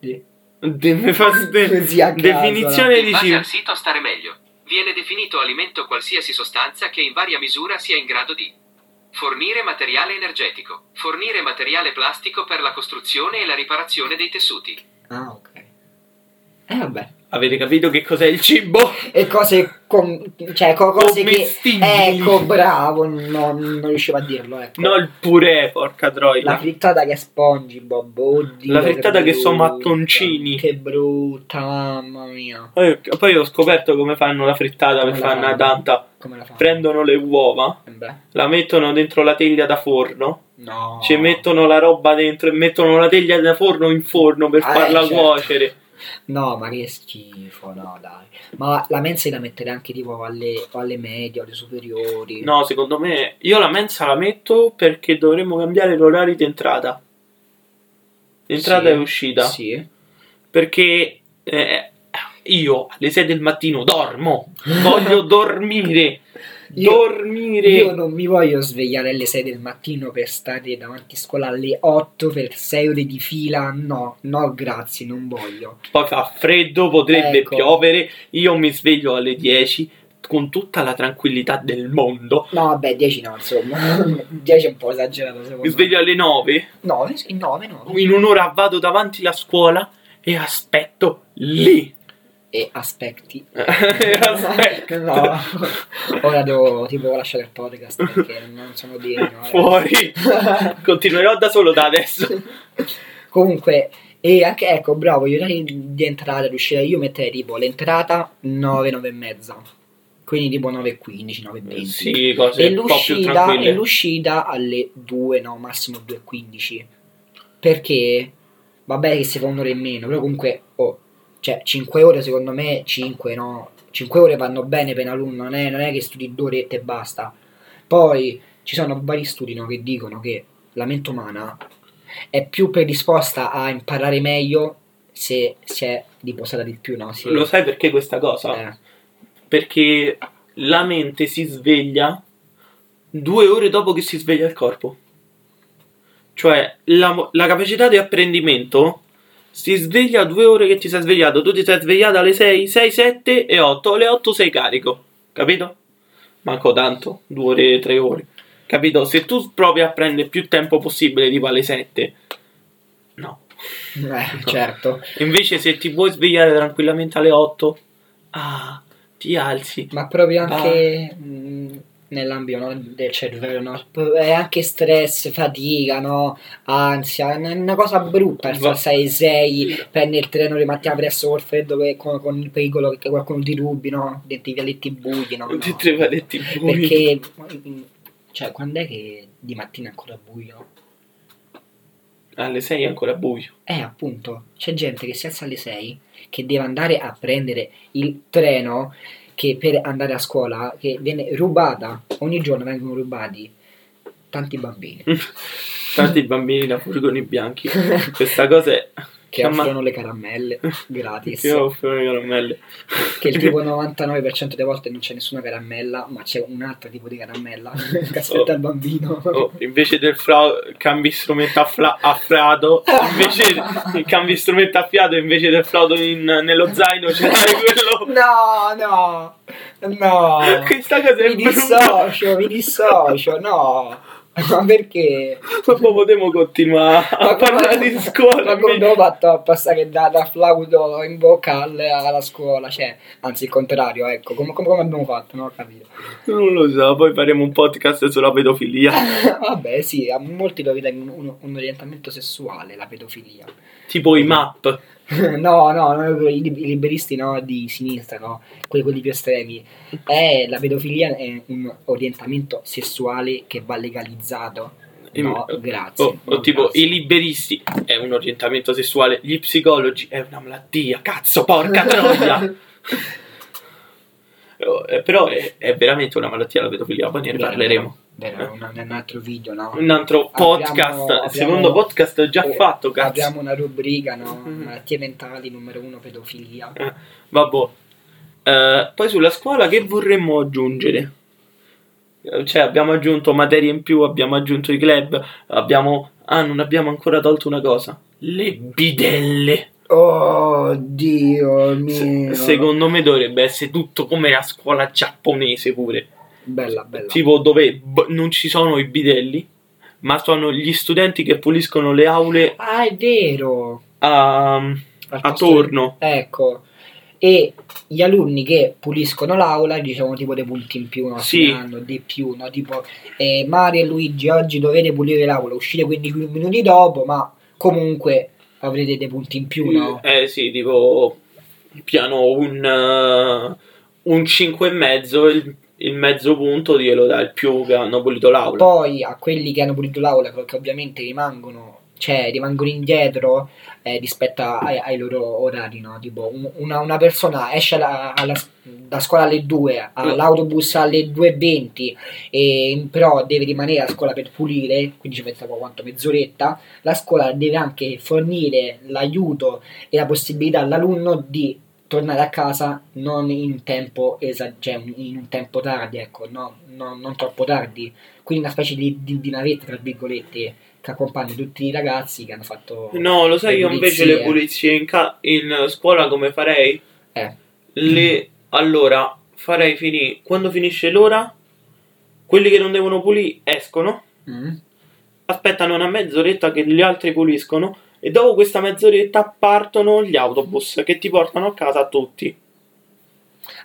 Sì.
De- mi fa- de-
Così a caso,
definizione
In
di
base
cibo.
al sito Stare Meglio, viene definito alimento qualsiasi sostanza che in varia misura sia in grado di fornire materiale energetico, fornire materiale plastico per la costruzione e la riparazione dei tessuti,
Ah, ok. Eh, vabbè.
Avete capito che cos'è il cibo?
E cose con... Cioè, co- cose che...
Commestibili.
Ecco, bravo, no, non riuscivo a dirlo, ecco.
No, il purè, porca troia.
La frittata che è SpongeBob, oddio.
La frittata che sono
brutta,
mattoncini.
Che brutta, mamma mia.
Poi, poi ho scoperto come fanno la frittata per
Come la
farne
fanno?
tanta.
Come la fanno?
Prendono le uova,
Eh beh,
la mettono dentro la teglia da forno.
No.
Ci mettono la roba dentro e mettono la teglia da forno in forno per
Ah, eh,
farla
certo.
cuocere.
No, ma che schifo, no, dai. Ma la mensa la mettere anche tipo alle, alle medie, alle superiori.
No, secondo me io la mensa la metto perché dovremmo cambiare l'orario di entrata. Entrata
Sì,
e uscita.
Sì.
Perché eh, io alle 6 del mattino dormo. Voglio dormire.
Io-
dormire.
Io non mi voglio svegliare alle 6 del mattino per stare davanti a scuola alle 8 per 6 ore di fila. No, no, grazie, non voglio.
Poi fa freddo, potrebbe
Ecco.
piovere. Io mi sveglio alle 10 con tutta la tranquillità del mondo.
No, vabbè, 10 no, insomma. 10 è un po' esagerato, secondo
Mi sveglio alle 9.
9, 9, 9.
in un'ora vado davanti alla scuola e aspetto lì.
E aspetti.
Aspetto.
No, ora devo tipo lasciare il podcast perché non sono degno. eh.
Fuori. Continuerò da solo da adesso.
Comunque, e anche ecco, bravo, gli orari di entrata e d'uscita, io metterei tipo l'entrata 9, 9 e mezza. Quindi tipo 9.15, 9.20.
Sì, cose
e,
un po' più
l'uscita, e
tranquille.
l'uscita alle 2, no, massimo 2.15. Perché, vabbè che si fa un'ora in meno, però comunque, oh, cioè 5 ore secondo me, 5 no, 5 ore vanno bene per un alunno, non è, non è che studi due orette e basta. Poi ci sono vari studi no, che dicono che la mente umana è più predisposta a imparare meglio se si è riposata di più, no? Si-
Lo sai perché questa cosa?
eh,
Perché la mente si sveglia due ore dopo che si sveglia il corpo. Cioè, la, mo- la capacità di apprendimento si sveglia a due ore che ti sei svegliato. Tu ti sei svegliato alle 6, 6, 7 e 8. Alle 8 sei carico, capito? Manco tanto, due ore, tre ore. Capito? Se tu provi a prendere più tempo possibile, tipo alle 7, no.
Eh, certo.
Invece se ti vuoi svegliare tranquillamente alle 8, ah, ti alzi.
Ma proprio anche mh, nell'ambito no, del cervello, no? P- È anche stress, fatica, no? Ansia, è una- una cosa brutta per
Va-
forza i sei, prendere il treno di mattina presto col freddo che- con, con il pericolo che qualcuno ti rubi, no? Denti vialetti buchi, no?
Non ti
No.
trevaretti
Perché, mh, cioè, quando è che di mattina è ancora buio?
Alle 6 è ancora buio.
Eh, appunto, c'è gente che si alza alle 6 che deve andare a prendere il treno che per andare a scuola che viene rubata. Ogni giorno vengono rubati tanti bambini
Tanti bambini da furgoni bianchi. Questa cosa è...
che
Chiama-
offrono le caramelle gratis.
Io offro le caramelle.
Che il tipo 99% delle volte non c'è nessuna caramella, ma c'è un altro tipo di caramella che aspetta il bambino.
Oh, invece del fra- cambi strumento a, fla- a frado, invece cambi strumento a fiato, invece del flauto in- nello zaino c'è quello.
No, no, no.
Questa cosa è
Ah. Mi
brutta.
dissocio, mi dissocio, no. Ma perché?
Dopo potremmo continuare a parlare di scuola.
Ma come ho fatto a passare da, da flauto in bocca al- alla scuola? Cioè, anzi, il contrario, ecco. Come, come- come abbiamo fatto? Non ho capito.
Non lo so, poi faremo un podcast sulla pedofilia.
Vabbè, sì, a molti lo ritengono un, un orientamento sessuale, la pedofilia.
tipo i map.
no, no, no, i lib- i liberisti no, di sinistra, no? Quelli, quelli più estremi. Eh, la pedofilia è un orientamento sessuale che va legalizzato. No,
I-
grazie.
Oh,
no,
o tipo
grazie.
i liberisti è un orientamento sessuale, gli psicologi è una malattia, cazzo, porca troia. Oh, eh, Però è, è veramente una malattia la pedofilia, poi ne
Vero,
parleremo.
Vero, un, un altro video, no?
Un altro
Abbiamo-
podcast,
abbiamo-
il secondo podcast già
eh,
fatto, cazzo.
Abbiamo una rubrica, no?
Mm.
Malattie mentali, numero uno, pedofilia.
Vabbò. Eh, poi sulla scuola che vorremmo aggiungere? Eh, Cioè, abbiamo aggiunto materie in più, abbiamo aggiunto i club, abbiamo... Ah, non abbiamo ancora tolto una cosa. Le bidelle.
Oh, Dio
Se-
mio.
secondo me dovrebbe essere tutto come la scuola giapponese pure.
Bella, bella.
Tipo dove b- non ci sono i bidelli, ma sono gli studenti che puliscono le aule
Ah, è vero.
a,
Al
a
posto-
torno.
Ecco. E gli alunni che puliscono l'aula diciamo tipo dei punti in più, no?
Sì.
Se ne hanno di più, no? Tipo eh, Mario e Luigi oggi dovete pulire l'aula, uscire 15 minuti dopo, ma comunque avrete dei punti in più, no?
Eh sì, tipo piano un, eh, un 5 e mezzo, il, il mezzo punto glielo dà il più che hanno pulito l'aula.
Poi a quelli che hanno pulito l'aula, che ovviamente rimangono, cioè, rimangono indietro eh, rispetto ai, ai loro orari, no? Tipo, un- una, una persona esce alla- alla- da scuola alle 2, ha
Mm.
l'autobus alle 2.20, e, però deve rimanere a scuola per pulire, quindi ci mette qua quanto mezz'oretta. La scuola deve anche fornire l'aiuto e la possibilità all'alunno di tornare a casa non in tempo esa- cioè in un tempo tardi, ecco, no, no- non troppo tardi. Quindi una specie di, di, di navetta, tra virgolette, che accompagna tutti i ragazzi che hanno fatto...
No, lo sai
le
io invece le
pulizie.
pulizie in, ca- in scuola come farei?
Eh.
Le... Allora, farei finire... Quando finisce l'ora, quelli che non devono pulire escono,
Mm?
aspettano una mezz'oretta che gli altri puliscono e dopo questa mezz'oretta partono gli autobus che ti portano a casa tutti.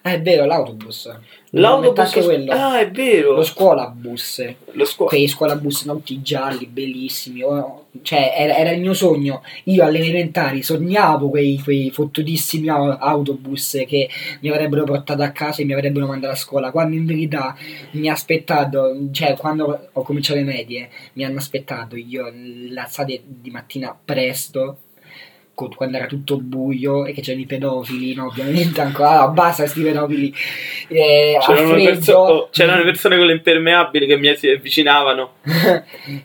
Ah, è vero, l'autobus.
L'autobus...
Anche quello.
Ah, è vero.
Lo scuolabus.
Lo scuola.
quei scuolabus no, tutti gialli, bellissimi. oh, Cioè, era, era il mio sogno. Io alle elementari sognavo quei, quei fottutissimi au- autobus che mi avrebbero portato a casa e mi avrebbero mandato a scuola. Quando in verità mi ha aspettato, cioè, quando ho cominciato le medie, mi hanno aspettato io l'alzate di mattina presto. co- Quando era tutto buio e che c'erano i pedofili, no? Ovviamente ancora ah, basta sti pedofili. Eh, al
C'erano, le perso-
freddo.
oh, c'erano le persone con le impermeabili che mi si avvicinavano.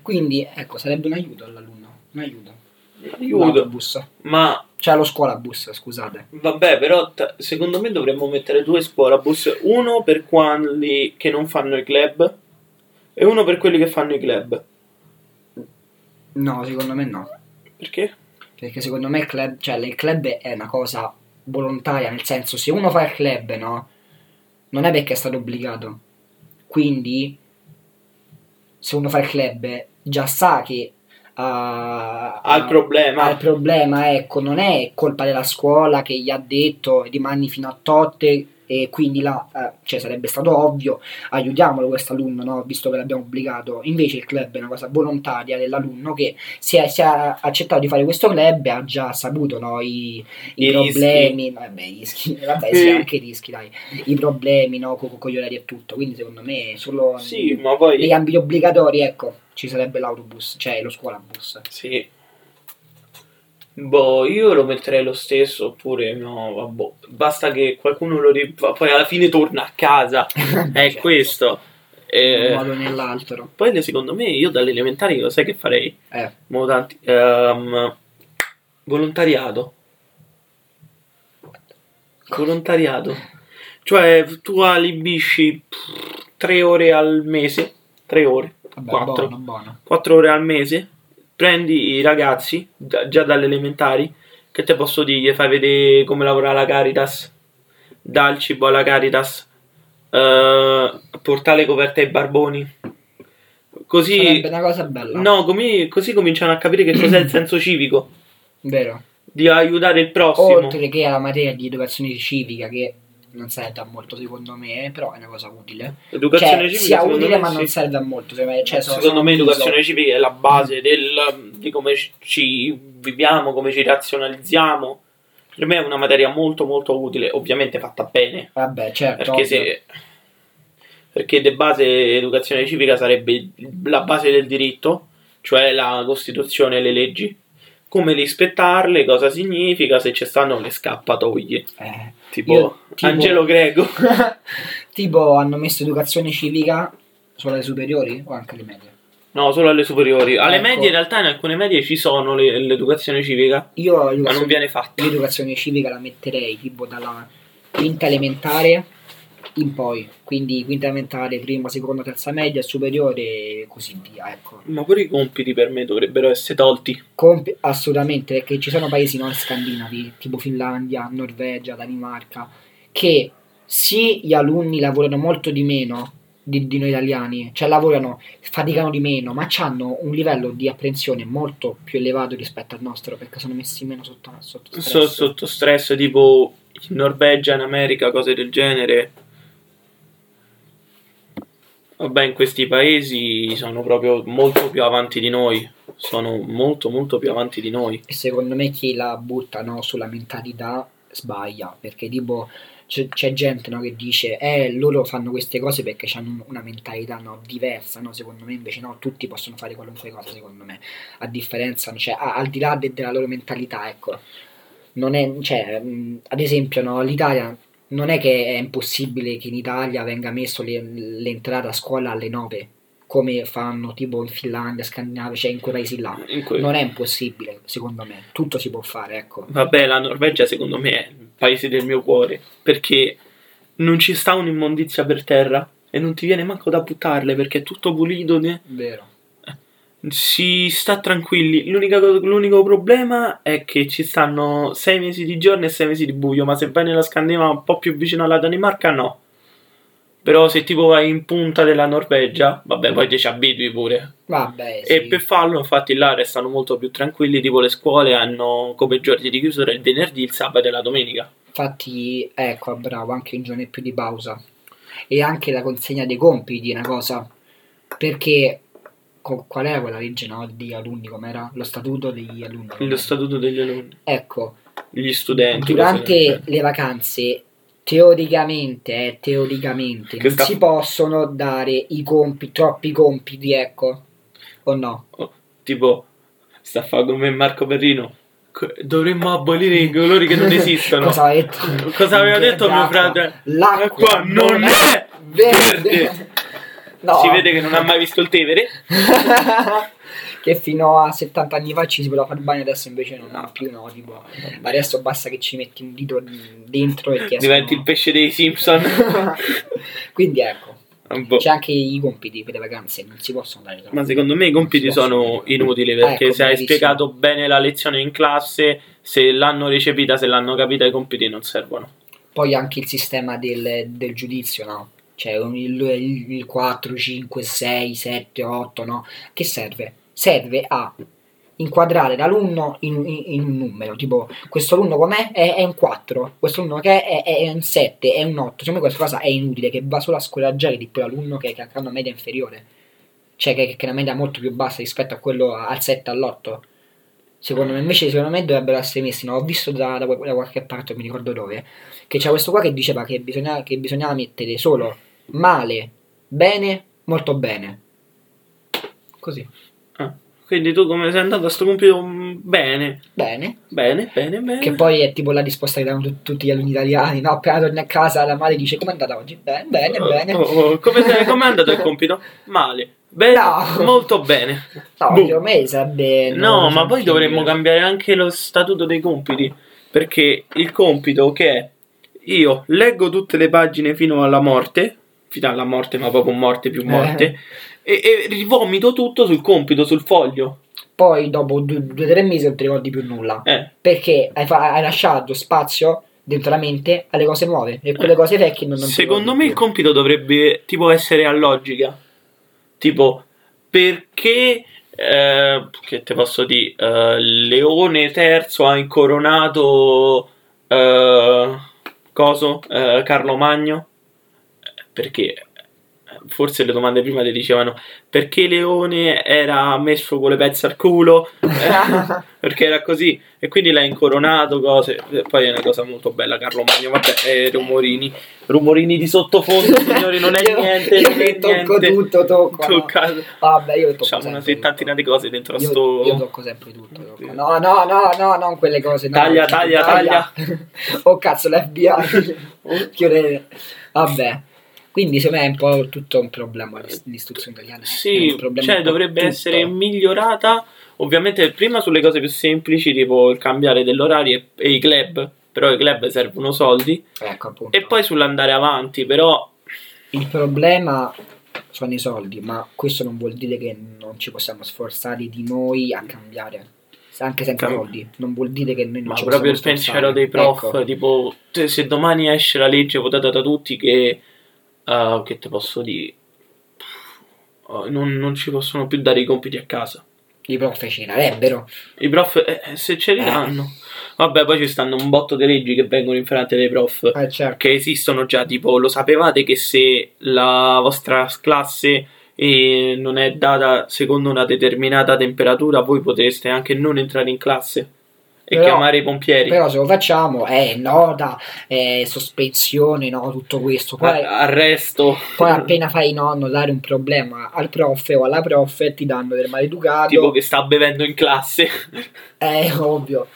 Quindi ecco, sarebbe un aiuto all'alunno, un aiuto.
Aiuto.
L'autobus.
Ma
Cioè lo scuolabus, scusate.
vabbè, però t- secondo me dovremmo mettere due scuolabus. Uno per quelli che non fanno i club e uno per quelli che fanno i club.
No, secondo me no.
Perché?
Perché secondo me il club, cioè, il club è una cosa volontaria, nel senso se uno fa il club, no? Non è perché è stato obbligato. Quindi se uno fa il club già sa che ah,
Ha il
ah,
problema.
ha il problema, ecco, non è colpa della scuola che gli ha detto rimani fino a totte e quindi là, eh, cioè sarebbe stato ovvio, aiutiamolo quest'alunno, no? visto che l'abbiamo obbligato. Invece il club è una cosa volontaria dell'alunno che si è, si è accettato di fare questo club e ha già saputo no, i, i
I
problemi, no, vabbè, i rischi, vabbè, sì,
Sì.
anche i rischi, dai, i problemi no, co- co- con gli orari e tutto. Quindi secondo me solo
Sì, ma poi...
negli ambiti obbligatori, ecco, ci sarebbe l'autobus, cioè lo scuolabus.
Sì. Boh, io lo metterei lo stesso, oppure no, vabbè. Basta che qualcuno lo ripa- poi alla fine torna a casa. È
Certo.
questo.
in
Eh,
un modo o nell'altro.
poi le- secondo me io dalle elementari lo sai che farei?
Eh,
Mo tanti- ehm, volontariato. Volontariato. Cioè tu alibisci pff, tre ore al mese, tre ore,
vabbè, boh,
quattro.
buono, buono.
Quattro ore al mese, prendi i ragazzi da- già dalle elementari, che te posso dire, fai vedere come lavora la Caritas, dà il cibo alla Caritas, eh, portare coperte ai barboni. Così,
Sarebbe una cosa bella.
no, comi- così cominciano a capire che cos'è il senso civico,
Vero.
di aiutare il prossimo.
Oltre che alla materia di educazione civica che non serve a molto secondo me, eh, però è una cosa utile.
Educazione
cioè,
civica,
sia
secondo
utile
me,
ma
sì.
non serve a molto. Secondo me, cioè, sono-
Eh, Secondo
sono
me
chiuso.
l'educazione civica è la base del, di come ci viviamo, come ci razionalizziamo. Per me è una materia molto molto utile, ovviamente fatta bene,
Vabbè, certo.
perché,
ovvio.
se, perché de base educazione civica sarebbe la base del diritto, cioè la Costituzione e le leggi, come rispettarle, cosa significa, se ci stanno le scappatoie,
Eh,
tipo,
Io, tipo-
Angelo Greco.
tipo hanno messo educazione civica solo alle superiori o anche alle medie?
No, solo alle superiori. Alle
Ecco.
medie, in realtà, in alcune medie ci sono le- l'educazione civica.
Io
ma non
l'educazione-
viene fatta.
l'educazione civica la metterei tipo dalla quinta elementare in poi, quindi quinta elementare, prima, seconda, terza media, superiore e così via, ecco.
Ma pure i compiti per me dovrebbero essere tolti.
Compi- assolutamente, perché ci sono paesi non scandinavi, tipo Finlandia, Norvegia, Danimarca, che sì gli alunni lavorano molto di meno di, di noi italiani, cioè lavorano, faticano di meno, ma hanno un livello di apprensione molto più elevato rispetto al nostro, perché sono messi meno sotto, sotto
So-
stress.
sotto stress, tipo in Norvegia, in America, cose del genere. Vabbè, in questi paesi sono proprio molto più avanti di noi. Sono molto, molto più avanti di noi.
E secondo me chi la butta no, sulla mentalità sbaglia perché tipo c'è, c'è gente no, che dice eh loro fanno queste cose perché hanno una mentalità no, diversa no? secondo me invece no tutti possono fare qualunque cosa secondo me a differenza cioè, a- al di là de- della loro mentalità ecco non è cioè, mh, ad esempio no, l'Italia non è che è impossibile che in Italia venga messo le- l'entrata a scuola alle 9 come fanno tipo in Finlandia, Scandinavia, cioè in quei paesi là
In que-
non è impossibile, secondo me. Tutto si può fare, ecco.
Vabbè, la Norvegia secondo me è il paese del mio cuore. Perché non ci sta un'immondizia per terra e non ti viene manco da buttarle perché è tutto pulito. ne-
Vero.
Si sta tranquilli. L'unica cosa- l'unico problema è che ci stanno 6 mesi di giorno e 6 mesi di buio. Ma se vai nella Scandinavia un po' più vicino alla Danimarca, no. Però se tipo vai in punta della Norvegia, vabbè, poi ti ci abitui pure.
Vabbè,
E
Eh, sì.
per farlo, infatti, là restano molto più tranquilli. Tipo le scuole hanno come giorni di chiusura il venerdì, il sabato e la domenica.
Infatti, ecco, bravo, anche un giorno in più di pausa. E anche la consegna dei compiti è una cosa. Perché co- qual era quella legge, no, di alunni, com'era? Lo statuto degli alunni. com'era?
Lo Eh, statuto degli alunni,
ecco,
gli studenti. cose del
durante
genere.
le vacanze teoricamente, eh, teoricamente,
Che
non
sta-
si possono dare i compiti, troppi compiti, ecco. O no?
Oh, Tipo, sta a fare come Marco Perrino. "Co- Dovremmo abolire i colori che non esistono.
Cosa aveva detto?
Cosa aveva
Verde
detto mio
acqua.
fratello?
L'acqua
L'acqua non è verde.
No.
Si vede che non ha mai visto il Tevere.
che fino a 70 anni fa ci si poteva fare il bagno, adesso invece non
No.
più, no, tipo, adesso basta che ci metti un dito dentro e ti escono-
Diventi il pesce dei Simpson.
Quindi ecco,
Boh.
C'è anche i compiti per le vacanze, non si possono dare troppo.
Ma secondo me i compiti
Non si possono
sono
dare.
inutili perché
Ecco,
se hai
bravissimo.
spiegato bene la lezione in classe, se l'hanno recepita, se l'hanno capita, i compiti non servono.
Poi anche il sistema del, del giudizio, no? Cioè un- il, il 4, 5, 6, 7, 8, no? Che serve? Serve a inquadrare l'alunno in, in- in un numero, tipo questo alunno com'è? È, è un 4, questo alunno che è, è, è un 7, è un 8. Secondo me questa cosa è inutile, che va solo a scoraggiare di quell'alunno che, che ha una media inferiore, cioè che, che ha una media molto più bassa rispetto a quello al 7, all'8. Secondo me invece secondo me dovrebbero essere messi, no? Ho visto da, da qual- da qualche parte, non mi ricordo dove, che c'era questo qua che diceva che, bisogna- che bisognava mettere solo male, bene, molto bene. Così.
Ah, Quindi tu come sei andato a sto compito? Mm, Bene,
Bene.
bene, bene, bene.
Che poi è tipo la risposta che danno tut- tutti gli alunni italiani, no? Appena torni a casa la madre dice come è andata oggi? Bene, bene,
Oh,
bene.
oh, oh, Come, sei- come è andato il compito? Male. Bene,
No. Eh,
molto bene.
No,
Boh.
secondo me sarebbe...
No,
non lo so,
ma poi
anche-
dovremmo cambiare anche lo statuto dei compiti. Perché il compito che è io leggo tutte le pagine fino alla morte, fino alla morte, ma proprio morte più morte, e, e
Eh.
rivomito tutto sul compito, sul foglio.
Poi dopo due o tre mesi non ti ricordi più nulla.
Eh,
Perché hai, fa- hai lasciato spazio dentro la mente alle cose nuove e quelle cose vecchie non, non ti
Eh. secondo
ricordi
me il
più.
compito dovrebbe tipo essere a logica. Tipo, perché, eh, che te posso dire, eh, Leone III ha incoronato eh, coso, Eh, Carlo Magno? Perché eh, forse le domande prima ti dicevano perché Leone era messo con le pezze al culo, Eh, perché era così, e quindi l'ha incoronato, cose, E poi è una cosa molto bella Carlo Magno, vabbè, eh, rumorini, rumorini di sottofondo, signori, non è
Io-
niente,
io
non è
che tocco
niente.
tutto, tocco, no.
Tocca-
Vabbè, io tocco
Facciamo una
sempre
settantina di
tutto.
cose dentro a
Io,
sto.
io tocco sempre tutto. tocco. No, no, no, no, non quelle cose. no.
Taglia, taglia,
oh cazzo, l'FBI. Chiudere. Vabbè. Quindi secondo me è un po' tutto un problema l'is- l'istruzione italiana. È
Sì,
un problema
cioè
un po'
dovrebbe
tutto.
essere migliorata. Ovviamente, prima sulle cose più semplici, tipo il cambiare dell'orario e, e i club. Però i club servono soldi.
Ecco, appunto.
E poi sull'andare avanti, però.
Il problema sono i soldi, ma questo non vuol dire che non ci possiamo sforzare di noi a cambiare. Anche senza
Cam-
soldi. Non vuol dire che noi non
Ma
ci
proprio il
possiamo
pensiero
sforzare.
dei prof,
Ecco.
tipo, te- se domani esce la legge votata da tutti, che. eh, che te posso dire? Oh, non- non ci possono più dare i compiti a casa.
I prof ci darebbero.
I prof, eh, eh, se ce li
Eh.
danno. Vabbè, poi ci stanno un botto di leggi che vengono infrante dai prof.
Eh, certo.
Che esistono già, tipo, lo sapevate che se la vostra classe eh, non è data secondo una determinata temperatura, voi potreste anche non entrare in classe e
Però-
chiamare i pompieri.
Però se lo facciamo, eh, nota, eh, sospensione, no, tutto questo. Poi,
A- arresto.
poi appena fai nonno dare un problema al prof o alla prof ti danno del maleducato.
Tipo che sta bevendo in classe.
Eh, ovvio.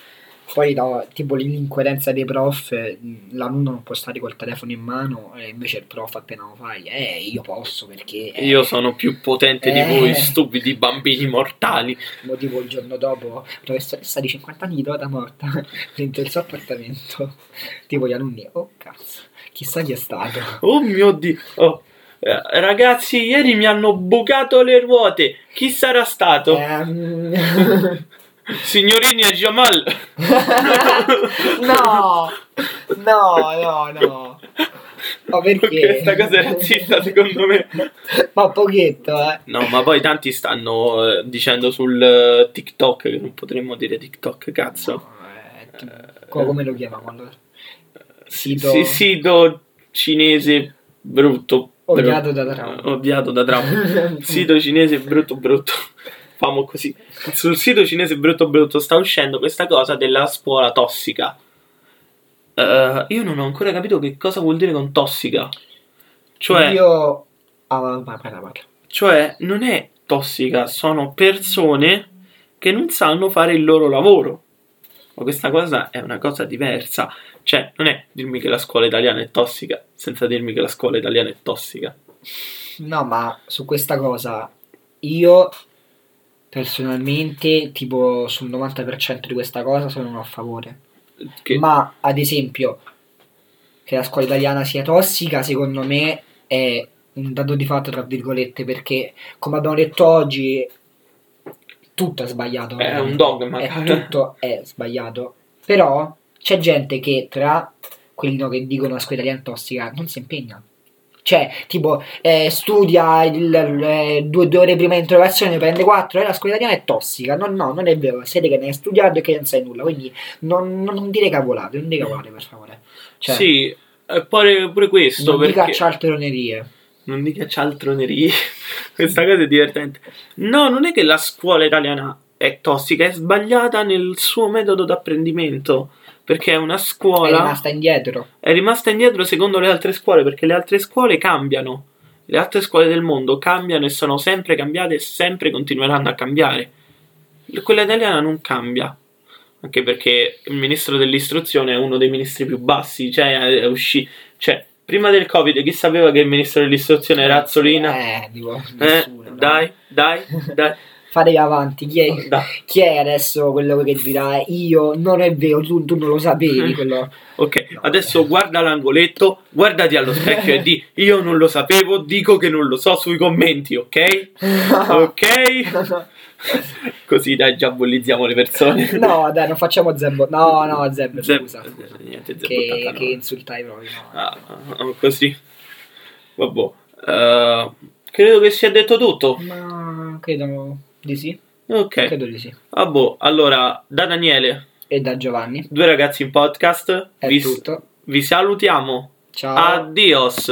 Poi no, tipo l'incoerenza dei prof, eh, l'alunno non può stare col telefono in mano e invece il prof appena lo fai, eh, io posso perché... eh,
Io sono più potente
Eh.
di voi, stupidi bambini mortali.
mo tipo il giorno dopo, professoressa di 50 anni di data morta dentro il suo appartamento. Tipo gli alunni, oh cazzo, chissà chi è stato.
Oh mio dio, Oh, eh, ragazzi, ieri mi hanno bucato le ruote. Chi sarà stato?
Eh. Ehm...
Signorini e Jamal.
no, no, no, no. Ma perché?
Questa cosa è razzista, secondo me.
Ma pochetto, eh.
No, ma poi tanti stanno eh, dicendo sul eh, TikTok, che non potremmo dire TikTok, cazzo.
Eh, ti- co- come lo chiamiamo allora? Sito-
Sì, sito cinese brutto. brutto.
Odiato da Trump.
Eh, Odiato da Trump. sito cinese brutto brutto. Famo così. Sul sito cinese brutto brutto sta uscendo questa cosa della scuola tossica. Eh, io non ho ancora capito che cosa vuol dire con tossica. Cioè,
Io... Ah, va- va- parla, parla.
cioè, non è tossica, sono persone che non sanno fare il loro lavoro. Ma questa cosa è una cosa diversa. Cioè, non è dirmi che la scuola italiana è tossica senza dirmi che la scuola italiana è tossica.
No, ma su questa cosa io personalmente, tipo sul 90% di questa cosa sono a favore.
Che-
Ma ad esempio, che la scuola italiana sia tossica, secondo me è un dato di fatto, tra virgolette, perché come abbiamo detto oggi, tutto è sbagliato.
È
veramente.
un dogma.
È- Eh, tutto è sbagliato. Però c'è gente che tra quelli che dicono la scuola italiana è tossica non si impegna. Cioè, tipo, eh, studia il- eh, due, due ore prima di interrogazione, prende quattro, e la scuola italiana è tossica. No, no, non è vero. Siete che ne hai studiato e che non sai nulla. Quindi non, non, non dire cavolate, non dire cavolate, per favore. Cioè,
Mm. Sì, eh, pure, pure questo.
non
perché...
dica cialtronerie.
Non dica cialtronerie. Questa cosa è divertente. No, non è che la scuola italiana è tossica, è sbagliata nel suo metodo d'apprendimento. Perché è una
È
scuola
rimasta indietro.
è rimasta indietro secondo le altre scuole, perché le altre scuole cambiano. Le altre scuole del mondo cambiano e sono sempre cambiate e sempre continueranno a cambiare. Quella italiana non cambia. Anche perché il ministro dell'istruzione è uno dei ministri più bassi, cioè è usci- cioè, prima del Covid chi sapeva che il ministro dell'istruzione era Azzolina?
Eh, tipo,
Eh,
nessuno, no?
dai, dai, dai,
Fatevi avanti, chi è,
Oh, dai.
chi è adesso quello che dirà io non è vero, tu, tu non lo sapevi quello.
Ok,
No,
adesso
vabbè.
guarda l'angoletto, guardati allo specchio e di io non lo sapevo, dico che non lo so sui commenti, ok? Ok? Così dai, già bollizziamo le persone.
no, dai, non facciamo Zebbo. No, no, Zebbo,
Zeb- eh,
scusa.
niente, Zeb
Che,
89.
che insultai proprio. no.
Ah, ah, ah, così. Vabbè. Eh, credo che sia detto tutto.
Ma credo di sì.
Ok.
Credo di sì.
Vabbè, allora, da Daniele,
E da Giovanni
due ragazzi in podcast,
è
vi,
tutto.
vi salutiamo.
Ciao.
Adios.